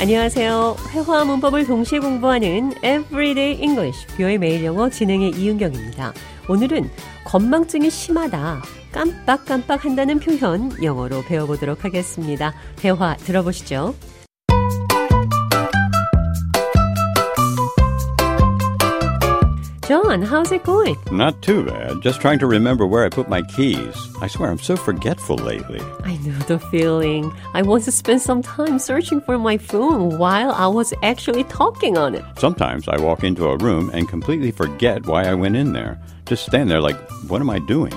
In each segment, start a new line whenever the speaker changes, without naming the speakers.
안녕하세요. 회화 문법을 동시에 공부하는 Everyday English, 뷰의 매일 영어 진행의 이은경입니다. 오늘은 건망증이 심하다, 깜빡깜빡 한다는 표현 영어로 배워보도록 하겠습니다. 대화 들어보시죠. John, how's it going?
Not too bad. Just trying to remember where I put my keys. I swear I'm so forgetful lately.
I know the feeling. I once spent some time searching for my phone while I was actually talking on it.
Sometimes I walk into a room and completely forget why I went in there. Just stand there like, what am I doing?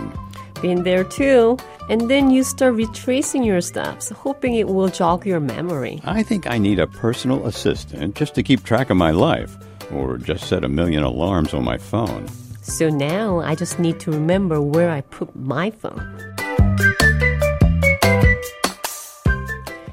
Been there too. And then you start retracing your steps, hoping it will jog your memory.
I think I need a personal assistant just to keep track of my life, or just set a million alarms on my phone.
So now I just need to remember where I put my phone.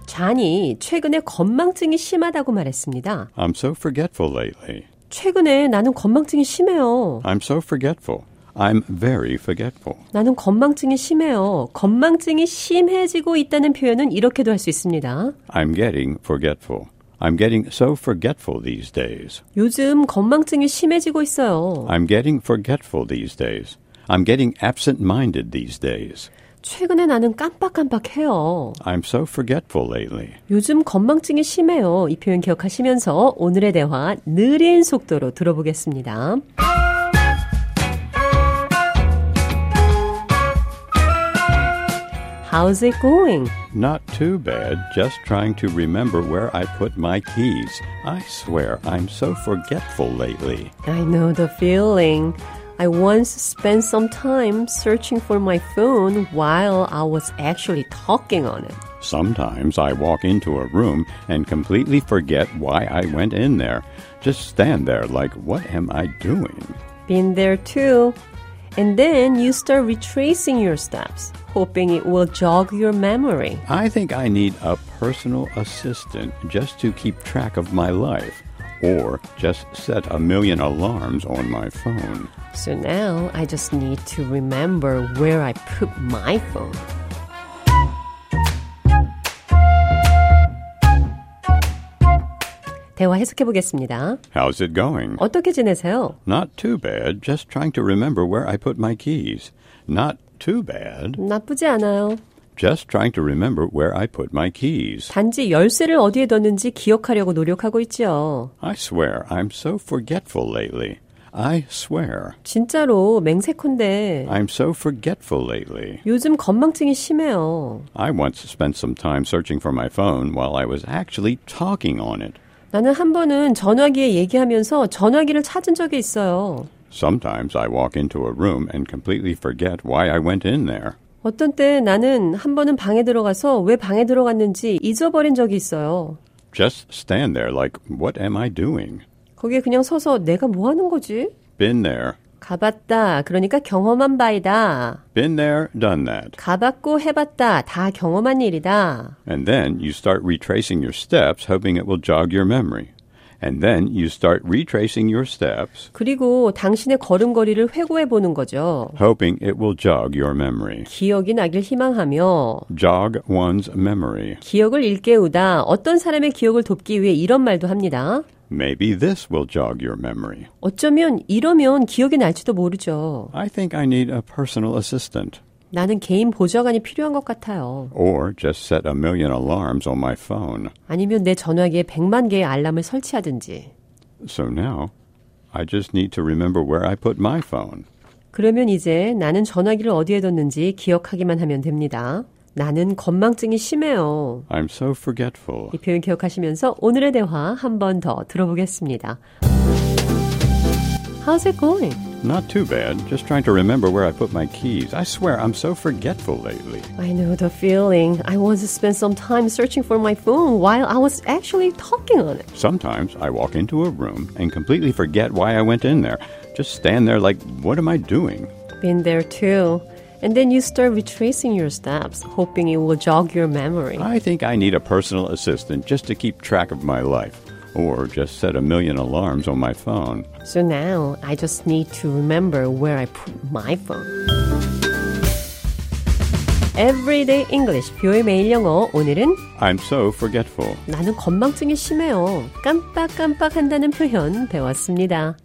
잔이 최근에 건망증이 심하다고 말했습니다.
I'm so forgetful lately.
최근에 나는 건망증이 심해요.
I'm so forgetful. I'm very forgetful.
나는 건망증이 심해요. 건망증이 심해지고 있다는 표현은 이렇게도 할 수 있습니다.
I'm getting forgetful. I'm getting so forgetful these days.
요즘 건망증이 심해지고 있어요.
I'm getting forgetful these days. I'm getting absent minded these days.
최근에 나는 깜빡깜빡해요.
I'm so forgetful lately.
요즘 건망증이 심해요. 이 표현 기억하시면서 오늘의 대화 느린 속도로 들어보겠습니다. How's it going?
Not too bad, just trying to remember where I put my keys. I swear, I'm so forgetful lately.
I know the feeling. I once spent some time searching for my phone while I was actually talking on it.
Sometimes I walk into a room and completely forget why I went in there. Just stand there like, what am I doing?
Been there too. And then you start retracing your steps, hoping it will jog your memory.
I think I need a personal assistant just to keep track of my life, or just set a million alarms on my phone.
So now I just need to remember where I put my phone. 대화 해석해 보겠습니다.
How's it going?
어떻게 지내세요?
Not too bad, just trying to remember where I put my keys. Not too bad,
나쁘지 않아요.
just trying to remember where I put my keys.
단지 열쇠를 어디에 뒀는지 기억하려고 노력하고 있죠.
I swear, I'm so forgetful lately. I swear,
진짜로 맹세컨대
I'm so forgetful lately.
요즘 건망증이 심해요.
I once spent some time searching for my phone while I was actually talking on it.
나는 한 번은 전화기에 얘기하면서 전화기를 찾은 적이 있어요.
Sometimes I walk into a room and completely forget why I went in there.
어떤 때 나는 한 번은 방에 들어가서 왜 방에 들어갔는지 잊어버린 적이 있어요.
Just stand there like, what am I doing?
거기에 그냥 서서 내가 뭐 하는 거지?
Been there,
가봤다. 그러니까 경험한 바이다.
been there, done that.
가봤고 해봤다. 다 경험한 일이다.
And then you start retracing your steps, hoping it will jog your memory. And then you start retracing your steps,
그리고 당신의 걸음걸이를 회고해 보는 거죠.
hoping it will jog your memory.
기억이 나길 희망하며
Jog one's memory.
기억을 일깨우다 어떤 사람의 기억을 돕기 위해 이런 말도 합니다.
Maybe this will jog your memory.
어쩌면 이러면 기억이 날지도 모르죠.
I think I need a personal assistant.
나는 개인 보좌관이 필요한 것 같아요.
Or just set a million alarms on my phone.
아니면 내 전화기에 100만 개의 알람을 설치하든지.
So now, I just need to remember where I put my phone.
그러면 이제 나는 전화기를 어디에 뒀는지 기억하기만 하면 됩니다. 나는 건망증이 심해요.
I'm so forgetful.
이 표현 기억하시면서 오늘의 대화 한 번 더 들어보겠습니다. How's it going?
Not too bad, just trying to remember where I put my keys. I swear I'm so forgetful lately.
I know the feeling. I once spent some time searching for my phone while I was actually talking on it.
Sometimes I walk into a room and completely forget why I went in there. Just stand there like, what am I doing?
Been there too. And then you start retracing your steps, hoping it will jog your memory.
I think I need a personal assistant just to keep track of my life, or just set a million alarms on my phone.
So now I just need to remember where I put my phone. Everyday English, 뷰의 매일 영어. 오늘은
I'm so forgetful.
나는 건망증이 심해요. 깜빡깜빡 한다는 표현 배웠습니다.